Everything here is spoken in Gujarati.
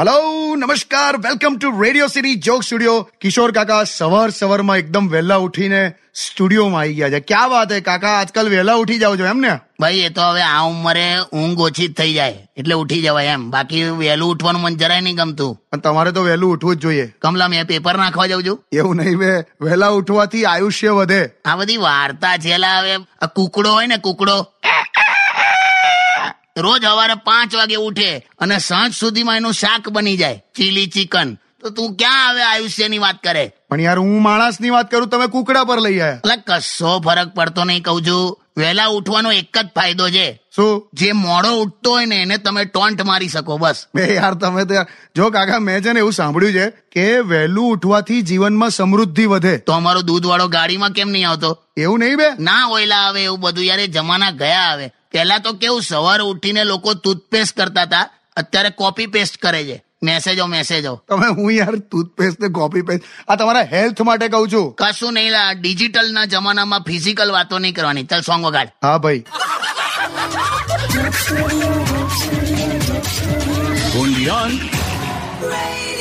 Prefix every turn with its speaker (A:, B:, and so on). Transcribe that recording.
A: હેલો નમસ્કાર welcome to radio city joke studio Kishore કાકા સવાર સવારમાં એકદમ વહેલા ઉઠીને સ્ટુડિયોમાં આવી ગયા છે ક્યાં વાત હે કાકા આજકાલ વહેલા ઉઠી જાવ છો એમ ને
B: ભાઈ એ તો હવે આ ઉંમરે ઊંઘ ઓછી જ થઈ જાય એટલે ઉઠી જવાય એમ બાકી વહેલું ઉઠવાનું મને જરાય નહીં ગમતું
A: પણ તમારે તો વહેલું ઉઠવું જ જોઈએ
B: કમલા મેં પેપર નાખવા જાઉં છું
A: એવું નહીં બે વહેલા ઉઠવાથી આયુષ્ય વધે
B: આ બધી વાર્તા છે એલા હવે આ કુકડો હોય ને કુકડો રોજ સવારે પાંચ વાગે ઉઠે અને સાંજ સુધીમાં એનું શાક બની જાય ચીલી ચિકન તો તું ક્યાં હવે આયુષ્યની વાત કરે
A: પણ યાર હું માણસની વાત કરું તમે કુકડા પર લઈ આવ્યા
B: એટલે કશો ફરક પડતો નહીં કહું છું વહેલા ઉઠવાનો એક જ ફાયદો છે
A: શું
B: જે મોડો ઉઠતો હોય ને એને તમે ટોન્ટ મારી શકો બસ
A: બે યાર તમે તો યાર- જો કાકા મેં છે ને એવું સાંભળ્યું છે કે વહેલું ઉઠવાથી જીવનમાં સમૃદ્ધિ વધે
B: તો અમારો દૂધ વાળો ગાડીમાં કેમ નહીં આવતો
A: એવું નહીં બે
B: ના ઓયલા આવે એવું બધું યાર એ જમાના ગયા હવે પહેલા તો કેવું સવારે ઉઠીને લોકો ટૂથપેસ્ટ કરતા હતા અત્યારે કોપી પેસ્ટ કરે છે મેસેજો મેસેજો
A: તમે હું યાર ટૂથપેસ્ટ ને કોપી પેસ્ટ આ તમારા હેલ્થ માટે કહું છું
B: કશું નહીં લા ડિજિટલ ના જમાનામાં ફિઝિકલ વાતો નહીં કરવાની ચાલ સોંગ વગાડ
A: હા ભાઈ
C: Undian.
D: Radio